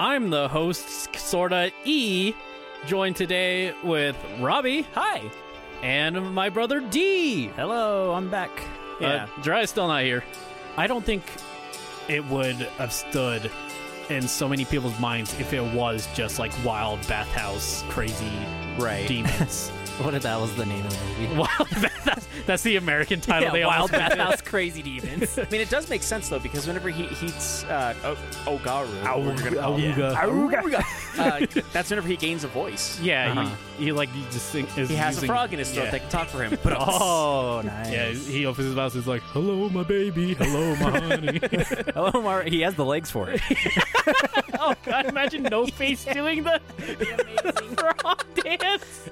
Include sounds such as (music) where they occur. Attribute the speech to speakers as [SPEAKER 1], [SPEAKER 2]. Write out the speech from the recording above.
[SPEAKER 1] I'm the host, sorta E, joined today with Robbie
[SPEAKER 2] Hi.
[SPEAKER 1] and my brother D.
[SPEAKER 2] Hello, I'm back. Yeah.
[SPEAKER 1] Uh, Dry's still not here.
[SPEAKER 3] I don't think it would have stood in so many people's minds if it was just like wild bathhouse crazy
[SPEAKER 2] right.
[SPEAKER 1] (laughs)
[SPEAKER 3] demons. (laughs)
[SPEAKER 2] What if that was the name of the movie?
[SPEAKER 3] wild bathhouse. That's the American title. they always-
[SPEAKER 2] Bathhouse Crazy Demons.
[SPEAKER 4] I mean, it does make sense though because whenever he heats uh, o- Ogaru, we're gonna call him.
[SPEAKER 3] Awooga.
[SPEAKER 4] uh, that's whenever he gains a voice.
[SPEAKER 3] Yeah,
[SPEAKER 2] Uh-huh.
[SPEAKER 3] he, he like he just think is
[SPEAKER 4] He has
[SPEAKER 3] using,
[SPEAKER 4] a frog in his throat
[SPEAKER 3] yeah.
[SPEAKER 4] that can talk for him.
[SPEAKER 2] (laughs) oh, nice.
[SPEAKER 3] Yeah,
[SPEAKER 2] (laughs)
[SPEAKER 3] he opens his mouth. He's like, "Hello, my baby. Hello, my honey."
[SPEAKER 2] Hello, Mar- He has the legs for it.
[SPEAKER 3] (laughs)
[SPEAKER 4] (laughs)
[SPEAKER 3] oh God! Imagine no face doing the frog dance.